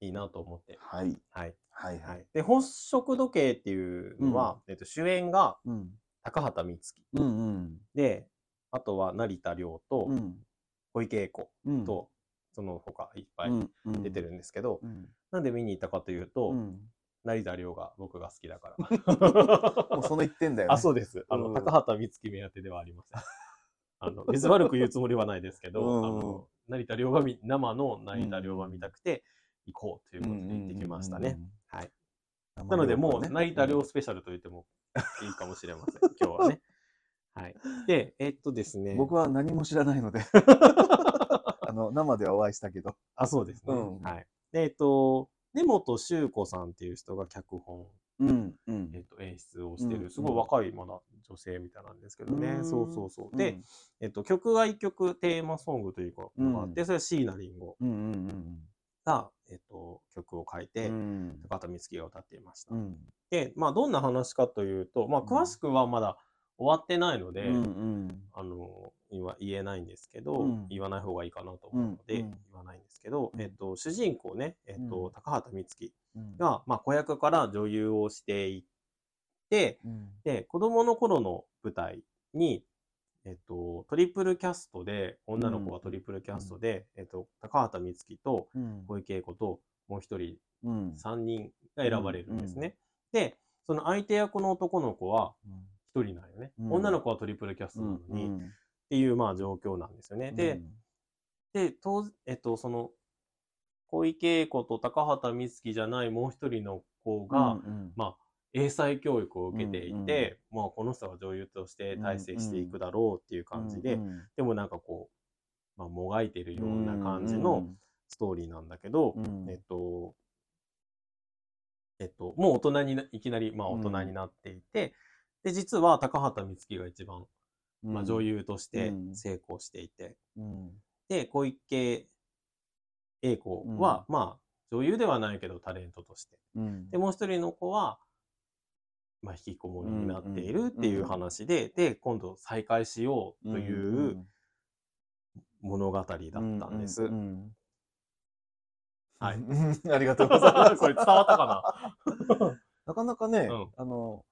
いいなと思って。
はい。
はい。
はいは。
はいい、で、本職時計っていうのは、えっと、主演が
うん。
高畑充希
うんうん。
で、あとは成田凌と
うん。
小池栄子
うん。
と、その他いっぱ
う
い
ん、うん
出て。るんですけど、
うん。
なんで見に行ったかというと、
うん。
成田凌が僕が好きだか
もう
ら。
その一点だよね。
あ、そうです。あの、
うん
高畑充希目当てではありません。 あの、別に悪く言うつもりはないですけど、
うん
あの、成田凌が見、生の成田凌が見たくて、行こうということで行ってきましたね。。はい。なので、もう成田凌スペシャルと言ってもいいかもしれません。今日はね。はい。で、えっとですね。
僕は何も知らないので、あの、生ではお会いしたけど。
あ、そうですね。
うん
はい。でえっと、根本修子さんっていう人が脚本、
うん。うん
えっと、演出をして
うん
る、すごい若い、まだ女性みたいなんですけどね。
うん
そうそうそう。で、、えっと、曲が一曲テーマソングというか、
うん
があって、それは椎名林檎
うんうんうん
が、えっと、曲を書
う
い
ん。
て、
うん
高畑充希が歌っていました。
うん
で、まあ、どんな話かというと、まあ、
うん
詳しくはまだ終わってないので、
うんうん
あの、今言えないんですけど、
うん
言わない方がいいかなと思うので、
うんうん
言わないんですけど、
うん
えっと、主人公ね、えっと、
うん
高畑充希
うん
が、まあ、子役から女優をしていって、
うん
で、子供の頃の舞台に、えっと、トリプルキャストで、女の子はトリプルキャストで、えっと、高畑充希と
うん
小池栄子と、もう一人、
うん
3人が選ばれるんですね。で、その相手役の男の子は1人なんよね。
うん
女の子はトリプルキャスト
う
なの
ん
に、
う
っ
ん
ていう、まあ、状況なんですよね。で、
うん
で、当時、えっと、その、小池栄子と高畑充希じゃないもう一人の子が、
うんうん
まあ、英才教育を受けてい
うんうん
て、まあ、この人は女優として大成していくだろうっていう感じで、
うんうん
でもなんかこう、まあ、もがいてるような感じのストーリーなんだけど、
うんうん
えっと、えっと、もう大人にな、いきなり、まあ、
う
大
ん
人になっていて、で、実は高畑充希が一番、
うん
まあ、女優として
うん
成功していて、
うん
で、小池栄子は、まあ、女優ではないけど、タレントとして。
うん
で、もう一人の子は、まあ、引きこもりになっているっていう話で、で、今度再会しようというう物語だったんです。
うんうんうん
はい
うんありがとうございます。
これ伝わったか
なかなかね、
うん
あの、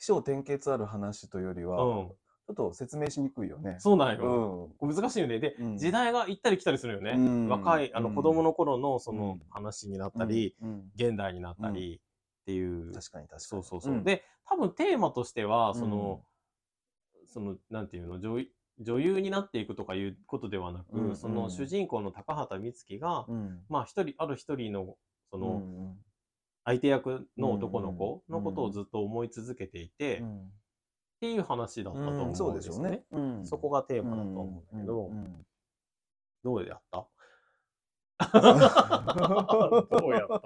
気象転結ある話というより
な
は、
うん
ち。ょっと説明しにくいよね。
そうなん
う
よ。これ難しいよね。で、
うん
時代が行ったり来たりするよね。
うん
若い、あの、
うん
子供の頃のそうの
ん
話になっ
ん。
たり、
うん、
現代になったりっていう
うん確かに確かに。
そうそうそう。
ん、
で、多分テーマとしては、
うん
その、その、なんていうの、女優女優になっていくとかいうことではなく、
うん
そうの
ん
主人公の高畑充希が、
うん、
まあ一人、ある一人の、そ
うん
の、相手役の男の子
うんう
の
ん
ことをずっと思い続けていて、
う
っ
ん
ていう話だったと思うん
うん
です
そ
よ
う
ね。
でしょうね。うん
そこがテ
テ
ーマだと思うんだけど、どうやった どうやっ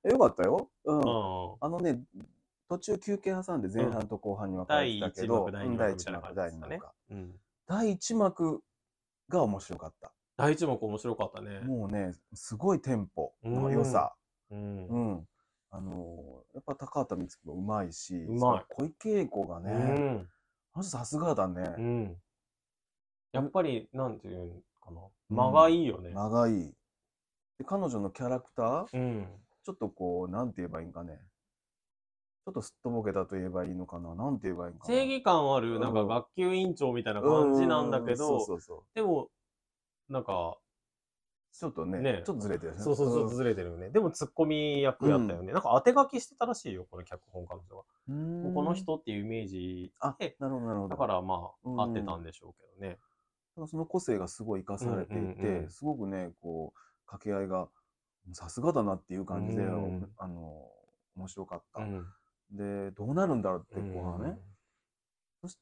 た
よかったよ。うん。
よ。
あのね、途中休憩挟んで前半と後半に分かれてたけど、
第一幕
うん第一幕、
第二幕みたい
第二
な感じで
幕
す
か。
うん。うん
第一幕が面白かった。
第一幕面白かったね。
もうね、すごいテンポの良さ。
うん
う。ん。あのーやっぱ高畑充希もうまいし、
うまい
小池栄子が
う
ね、
ん。
あの人さすがだね
う。ん。やっぱり、なんていうのかな。間がいいよね。
長い。で、彼女のキャラクター、
うん。
ちょっとこう、なんて言えばいいんかね。ちょっとすっとぼけたと言えばいいのかな。なんて言えばいいんかな。
正義感ある、なんか
うん
学級委員長みたいな感じなんだけ
うそうそ
ど、
うそう。
でも、なんか、
ちょっとね、
ね
ちょっとずれてるね。
そうそうそう、ずれてるよね。でも、ツッコミ役やったよね。なんか当て書きしてたらしいよ、この脚本彼女は。
うん。
この人っていうイメージ
あ、
で、
なるほど、なるほど。
だからま
うん
あ、合ってたんでしょうけどね。
なんかその個性がすごい生かされていて、
うんうんうん
すごくね、こう、掛け合いが、さすがだなっていう感じで、
うん
あの、面白かった、
うん
で、どうなるんだろうって後半ね。
うん
そし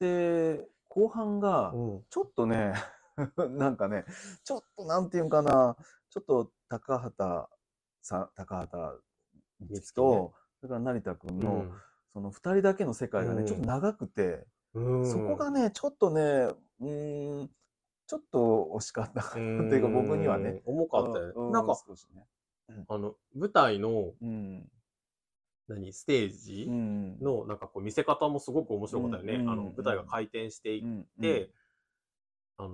で、後半が、
うん
ちょっとね、 なんかね、ちょっとなんていうんかな、ちょっと高畑さん、高畑美月と、それから成田君の、その2人だけの世界がね、
うん
ちょっと長くて、
うん
そこがね、ちょっとね、うーん、ちょっと惜しかった。
う
と
ん
いうか、僕にはね。
重かったよ
う
ねなんか、
少しね
あの舞台の
うん。
何ステージ
うん
のなんかこう見せ方もすごく面白かったよね、
うん
あの
うん
舞台が回転していっ
うん
て、あの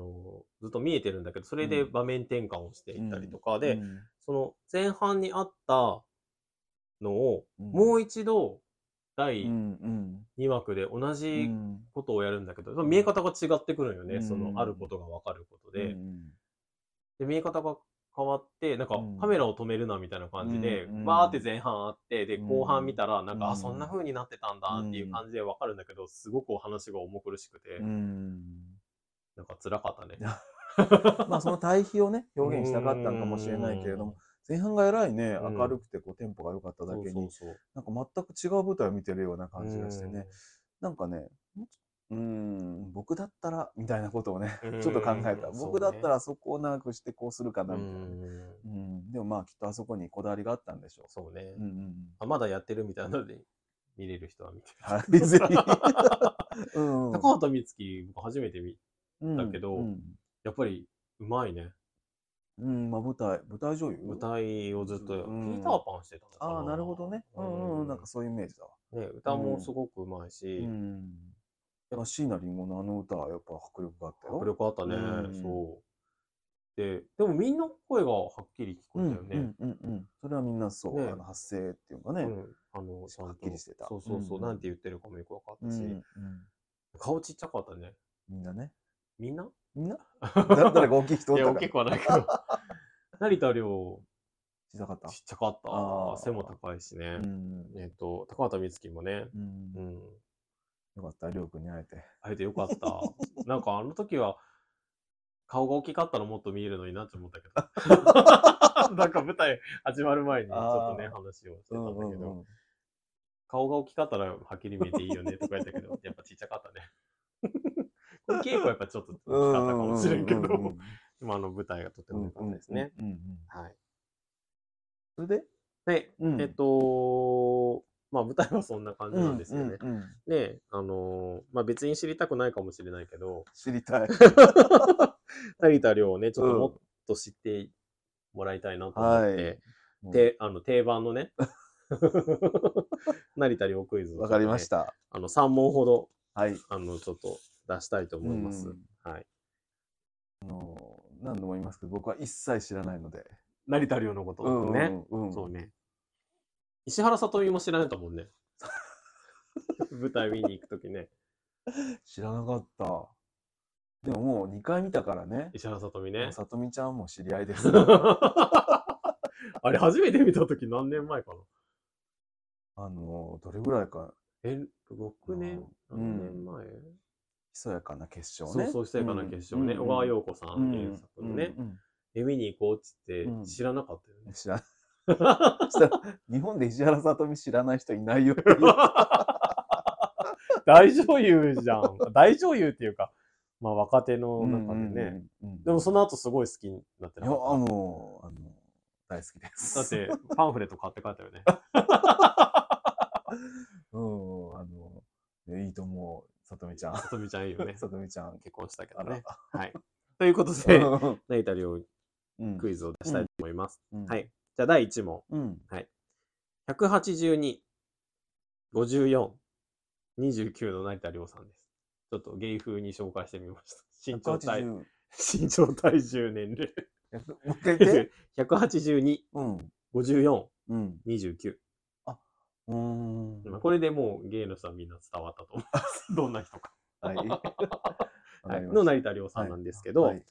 ずっと見えてるんだけどそれで場面転換をしていったりとかで、
うん
その前半にあったのを
うん
もう一度第
うん
2幕で同
う
じ
ん
ことをやるんだけど、見え方が違ってくるよね、
うん
そのあることが分かることで,、
うん
で見え方が変わってなんか
うん
カメラを止めるなみたいな感じで、
うん
バーって前半あってで
うん
後半見たらなんか、
うん
あそんな風になってたんだっていう感じで分かるんだけどすごくお話が重苦しくて、
うん
なんか辛かったね。
まあその対比をね表現したかったのかもしれないけれども前半がえらいね
うん
明るくてこうテンポが良かった
うん、
だけ
そ
に
うそうそう
なんか全く違う舞台を見てるような感じがしてねなんかねうん僕だったらみたいなことをね
うん
ちょっと考えた
そうね
僕だったらそこを長くしてこうするか
う
なみたいな、
ん、
うん、でもまあきっとあそこにこだわりがあったんでしょ
そうね、
う。うんうんうん
あまだやってるみたいなので見れる人は見てる。
はい、 ぜひ。うん
高畑充希僕初めて見
だ
けど
うん、
やっぱりうまいね。
うんまあ舞台、舞台女優
舞台をずっとピ
うん
ーターパンしてたのかな。
ああ、なるほどね。うんうんうん、なんかそういうイメージだわ。
ね、歌もすごくうまいし、
うん。やっぱ椎名林檎のあの歌はやっぱ迫力があったよ。
迫力あったね、
うん
そう。で、でもみんな声がはっきり聞こ
う
え
ん
たよね。
うんうんうん。それはみんなそう、
ね
あの発声っていうか
う
ね。
んあの、ちゃんと
はっきりしてた
そうそうそう、
うん
なんて言ってるかもよくわかっ
う
たし、
んうん
顔ちっちゃかったね。
みんなね。
みんな
みんなだ 誰が大きい人お
い
っ
や、
た
大
か
きくはない けど。成田凌、
小さかった
ちっ。ちゃかった
あ。ー
背も高いしね。
うん。
えっと、高畑充希もね、
うん
う。ん、
よかった、りょうくんに会えて。
会えてよかった。 なんかあの時は、顔が大きかったらもっと見えるのになって思った けど。なんか舞台始まる前にちょっとね、
あー
話をしてた
うん
だけ
ん
ど、
うんうん。
顔が大きかったらはっきり見えていいよねとか言った けど、やっぱちっちゃかったね。これ稽古はやっぱちょっと大きかったかもしれんけど、
うんうんうん
今の舞台がとても良かったですね。。
うんうんうん。
はい。
それで
で、
うん
えっと、まあ舞台はそんな感じなんですよね。
うんうんうん
で、あのーまあ、別に知りたくないかもしれないけ ど、
知りたい。
成田凌をね、ちょっと
うん
もっと知ってもらいたいなと思って、
はい
で、あの、定番のね、 成田凌クイズをちょっ
わ
と
か
ね
りまし。た。
あの、3問ほど、
はい。
あの、ちょっと出したいと思います。
うん
はい。
何度も言いますけど、僕は一切知らないので。
成田凌のことをね、
うんうん
そうね。石原さとみも知らないと思うね。 舞台見に行くときね、
知らなかった。でももう2回見たからね。
石原さとみ
も
ね
う。さとみちゃんも知り合いです。
あれ、初めて見たとき何年前かな
あの、どれぐらいか、
え、6年
う
?7
ん
年前、
ひそやかな決勝
そう
ね。
そう、ひそやかな決勝ね。
うん
小川陽子さ、
うんん
原作のね
う。ん
え、見に行こうっつって
うん
知らなかったよ
うん
ね。
知ら知ら日本で石原さとみ知らない人いないよ。
大女優じゃん。大女優っていうか、まあ若手の中でね。
うんうんうん。
でもそ
の、
の後すごい好きになって
い
な
や、あ
かっ
の、あ
た
の、大好きです。
だっ、てパンフレット買って帰ったよね。
うん、あの、ねいいと思う、さとみちゃん。
さとみちゃんいい よね。
さとみちゃん。
結婚したけ
あ
ど
ら
ね。はい。ということで、 成田凌
うん
クイズを出したいと思います。
うん
はい。じゃあ第1問。
うん。
182、54、29の成田凌さんです。ちょっと芸風に紹介してみました。身長体、
180
身長体重年齢。
もう一回言 って。
182、
うん。
54、
うん。
29。
うーん。
まあこれでもう芸の人はみんな伝わったと思います。どんな人か。
はい。
はいの成田凌さんなんですけど、
はいはい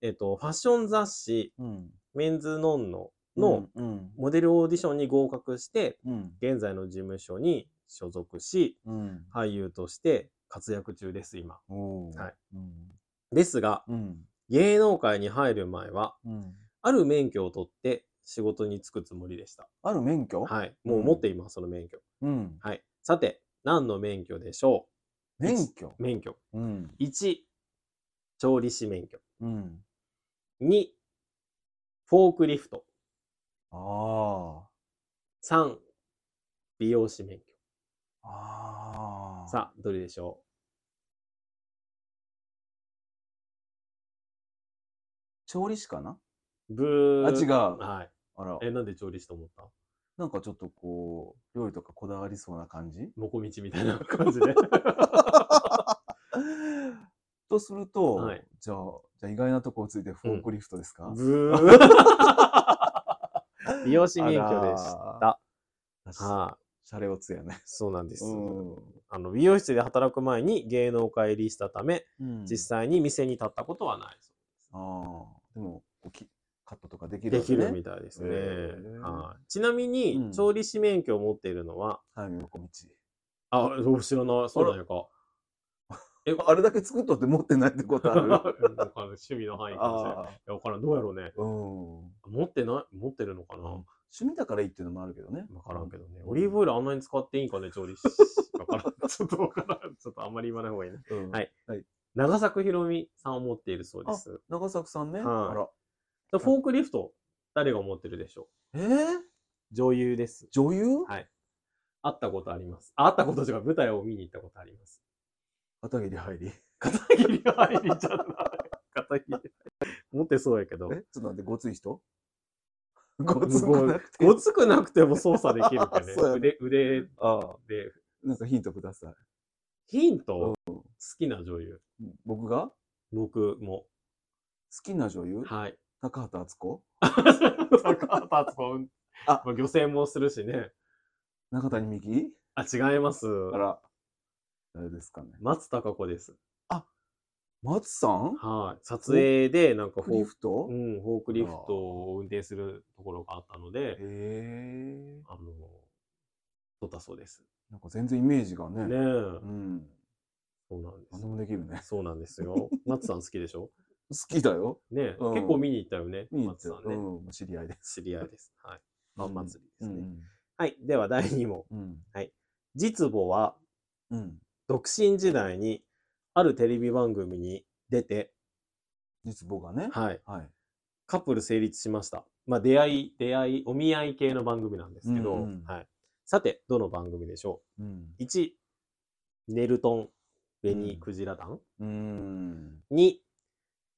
えっと、ファッション雑誌、
うん。
メンズノンノの
うん。
モデルオーディションに合格して、
うん。
現在の事務所に所属し、
うん。
俳優として活躍中です、今。
おー
はい。
うん。
ですが、
うん。
芸能界に入る前は、
うん。
ある免許を取って仕事に就くつもりでした。
ある免許
はい。もう持っています、その免許。
うん。
はい。さて、何の免許でしょ
免許。
免許。
うん。
1、調理師免許。
うん。
2、フォークリフト。
あ
3、美容師免許。
あ。ああ。
さあ、どれでしょ
調理師かな
うブー。
あ違う
はい。
あら。
え、なんで調理師と思った
なんかちょっとこう、料理とかこだわりそうな感 じ
もこみちみたいな感 じで。
とすると、
はい
じゃあ、じゃあ意外なとこをついてフォークリフトですか、
ブー。 美容師免許でし
あ
た。
私
はい。
シャレオツやね。
そうなんです。
う
あの美容室で働く前に芸能界入りしたため、
ん
実際に店に立ったことはないそ
ああ、でも、こうきカットとかでき
う
る
で
わ
す。で
け
き
ね。
るみたいですね。
へー
はいちなみに、
うん
調理師免許を持っているのは、
はい、横道。
あ、そう知らない。そうなんやか。え、
あれだけ作っとって持ってないってことあ る
わかんない趣味の範囲かもしれない。
あ
い
あ、
や、わからん。どうやろうね。
うん。趣
持ってない、持ってるのかなわ
味だからいいっていうのもあるけどね。
からんけどね。オリーブオイルあんなに使っていいんかね、調理師。わからん。ちょっとわからん。ちょっとあんまり言わない方がいいね。
うん
はい長作ひろみさんを持っているそうです。
長作さんね。
はい
あら。
でフォークリフト、誰が持ってるでしょ
えー、
う女優です。
女優、
はい会ったことあります。あ会ったことというか、舞台を見に行ったことあります。
片桐入り。
片桐愛理じゃない。片桐愛理。持ってそうやけど
え。ちょっと待って、ごつい人
ご
ごつくなくて。
ごつくなくても操作できるけどね。
そうや
腕、腕で。
ああ、なんかヒントください。
ヒント、好きな女優。
僕が好
僕も。
きな女優
はい。
高畑敦子
高畑さん。
あ
まあ、漁船もするしね。
中谷美紀
あ、違います。
あら。誰ですかね。
松たか子です。
松さん
はい。撮影で、なんか
ク
フォ
リ
ーク
フト
うん、フォークリフトを運転するところがあったの
へ
で、
え。
あの、撮ったそうです。
なんか全然イメージがね。
ねえ、
うん。
そうなんで
何でもできるね。
す。そうなんです よ。松さん好きでしょ
好きだよ。
ねえ、
うん
結構見に行ったよね、
見に行っ
松
て
さ
る。
んね。
うん、知り合いで。
知り合いです。はい。ファン祭りで
う
すね。
ん。
はい。では第2問。
うん。
実母は、
うん。
独身時代に、あるテレビ番組に出て、
実母がね。
はい。
はい。
カップル成立しました。まあ、出会い、出会い、お見合い系の番組なんですけど、
うんうん
はい。さて、どの番組でしょう
うん。
1、ネルトン、ベ
う
ニ
ん
クジラ団。
うん。
2、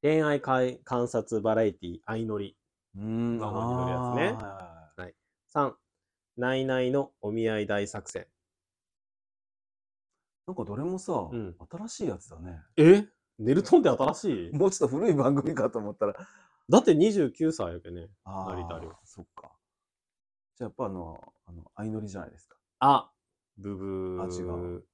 恋愛観観察バラエティ、相乗り。
うん。
あの緑のやつね
あ
3、ナイナイのお見合い大作戦。
ーなんかどれもさ
ん、
新しいやつだね。
えネルトンって新しい
もうちょっと古い番組かと思ったら。
だって29歳やけね。
あ
成田
あ
凌
そっか。じゃあやっぱあの、あの、相乗りじゃないですか。
あ、ブブー。
あ違う。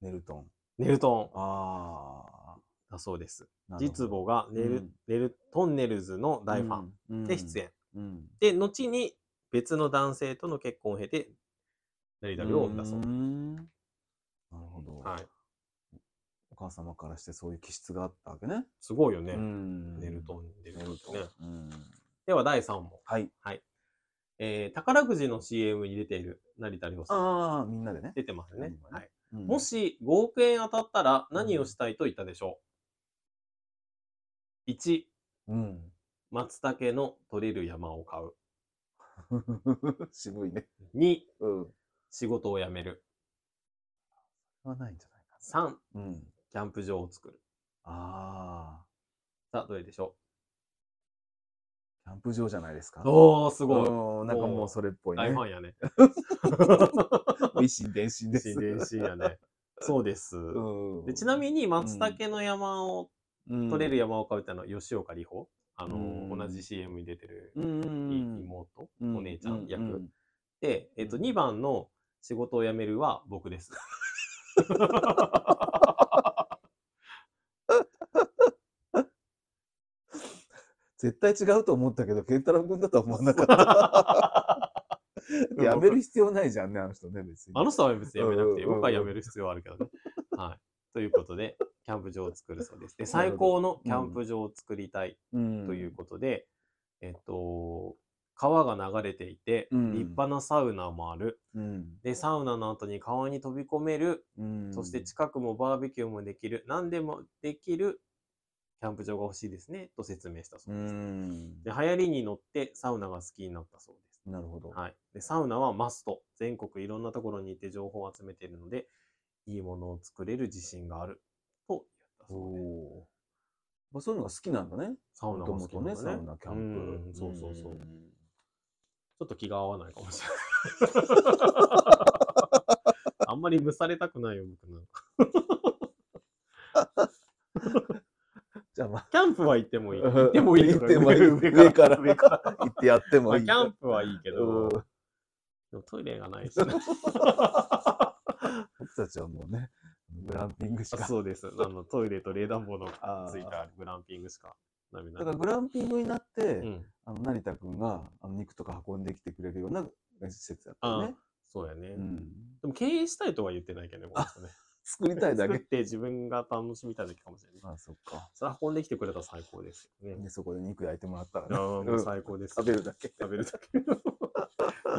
ネルトン。
ネルトン
ああ。
だそうです。
なるほど
実母がネル、
うん
ネルトンネルズの大ファン
ン
で出演。。
うん。
で、後に別の男性との結婚を経て、成田凌だそ
ー
うです。
んなるほど。
はい。
お母様からしてそういう気質があったわけね。
すごいよね。
ん
ネルトン、ネル
ネ
トン
ル
って
ト
ね。
ン。うん
では第3問。
はい。
えー宝くじの CM に出ている成田凌さん。
ああ、みんなでね。
出てますね
う。ん
はい、
うん
も、し5億円当たったら何をしたいと言ったでしょう ?1、
うん。
松茸の取れる山を買う。
渋いね。
2、
うん。
仕事を辞める。
はないんじゃないか
3、
な。うん。
キャンプ場を作る。
ああ、
さあ、どれでしょ
キャンプ場じゃないですか
う。おー、すごい。
うんなんかもうそれっぽい
大
ね
フ。ァン やね。
維新伝心です。
新電信やね。 そうです。
うん
でちなみに、松茸の山を、
に
取れる山を買うってのは吉岡里帆。あの、
うん
同じ CM に出てる
うん
妹、
うん
お姉ちゃん役。
うう
で、えっと、
うん
2番の仕事を辞めるは僕です。
絶対違うと思ったけど、健太郎君だとは思わな かった。やめる必要ないじゃんね、あの人ね、別に。
あの人は別に辞めなくて、
うんうんうん
僕は辞める必要はあるけどね。はい。ということで、キャンプ場を作るそうです。で、
なる
最
ほ
高のキャンプ場を作りたい
うん
ということで、えっと、川が流れていて、
うん
立派なサウナもある。
うん。
で、サウナの後に川に飛び込める。
うん
そして近くもバーベキューもできる。何でもできるキャンプ場が欲しいですね。と説明したそう
う
です。
ん。
で、流行りに乗ってサウナが好きになったそうです。
なるほど。
はい。で、サウナはマスト。全国いろんなところに行って情報を集めているので、いいものを作れる自信がある。と言った
お
そうです。
お。まあ、そういうのが好きなんだね。
サウナも好きなんだ
ね。サウナ、キャン
う
プ。
んそうそうそう。
ん
ち。ょっと気が合わないかもしれない。 あんまり蒸されたくないよ、僕なんか。
じゃあまあ、
キャンプは行ってもいい。行ってもいいとか。
行ってもいい
上から。
上から行ってやって
ま
も
あ、
い
キ
い。
ャンプはいいけ
うん
ど、でもトイレがないし、 ね。
僕たちはもうね、グランピングしか。
そうです。あの、トイレと冷暖房の
あー
ついたグランピングしかダメな
だ
ん
から
で
グランピングになって、
うん。
あの成田君があの肉とか運んできてくれるような施設だったよ
あ
ね。
そうやね。
うん、
でも経営したいとは言ってないけどね、この人ね。
作りたいだ
作っ
け。
て自分が楽しみたいだけかもしれな い。
あそっか。
それは運んできてくれたら最高ですよね
で、。そこで肉焼いてもらったら
あ
ね。
ーもう最高です。
食べる だけ。
食べるだけ。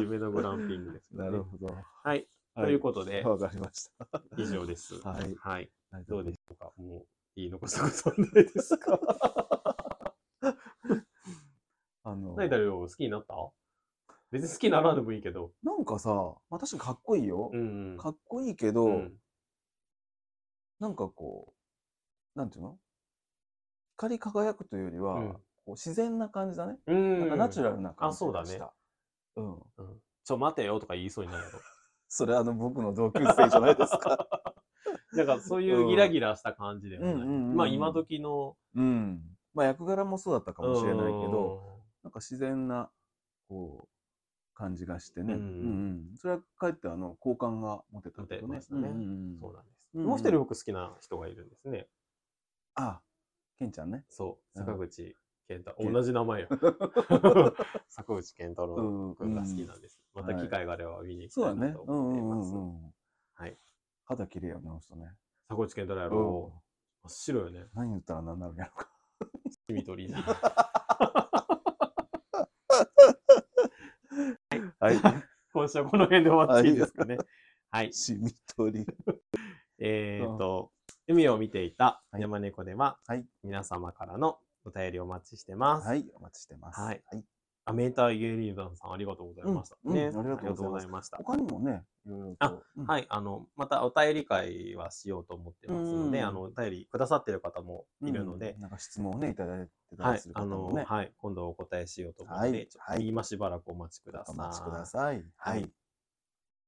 夢のグランピングです、
なるほど。
はい。
は
ということで
わかりました。
以上です。
はい
はい。
はい
どうでしょうかもう、言い残したことはないですか
あの、
ナイタルを好きになった別に好きならでもいいけど。
なんかさ、まあ、確かにかっこいいよ。
ん
かっこいいけど、
うん
なんかこう、なんていうの光り輝くというよりは、
うん
こう自然な感じだね。
うん
なんかナチュラルな感じがした。
あそうだね
うん。
うんちょ、待てよとか言いそうになる の。
それあの僕の同級生じゃないです か。
なんかそういうギラギラした感じではない。
うんうんうんうん
まあ今時の。
うん。まあ役柄もそうだったかもしれないけど、
うん。
なんか自然な、こう、感じがしてね。
うん
うんそれはかえってあの、好感が持てたけど
持て
ね
ま。したね
うんうんうん
そうなん
うんう
です。
ん
もう一人僕好きな人がいるんですね。
あ、ケンちゃんね。
そ
う
う。
ん
坂口健太。
健
同じ名 前よ。坂口健太郎
ん
君が好きなんです。
うん
また機会があれば見に行き
そう
た
だ
いな
ね
と。
う
思
ん
っ
う
ていま
ん
す。
うんうん。
はい。
肌綺麗よね、あの人ね。
坂口健太郎や
うん
ろ。真っ白よね。
何言ったら何なるんやろか。
黄緑じゃん。
はい。
今週はこの辺で終わっていいですか ね。はい。
しみとり。
えっ、と、海を見ていた
はい
山猫では、
はい
皆様からのお便りお待ちしてます。
はい、お待ちしてます。
はい。アメーター芸人団さん、ありがとうございました。
うんうん
ね、
ありがとうござい
ました。
他にもね、いろいろと。
あ
うん
はい、あの、またお便り会はしようと思ってますので、
うん
あの、お便りくださってる方もいるので
う、んなんか質問をね、いただいてた
は
り
い
す、る
あ
方
の、
もね、
はい、今度お答えしようと思って、
はい
ちょ
はい
今しばらくお待ちください。
お待ちください。は
はいい。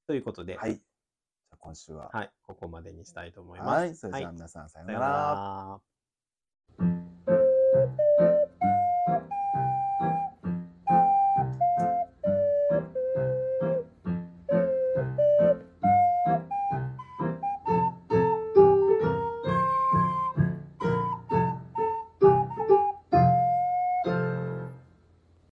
ということで、
はい。じゃあ今週は。
はい、ここまでにしたいと思います。
はい。それじゃあ皆さん、さような
さような
ら。
ら。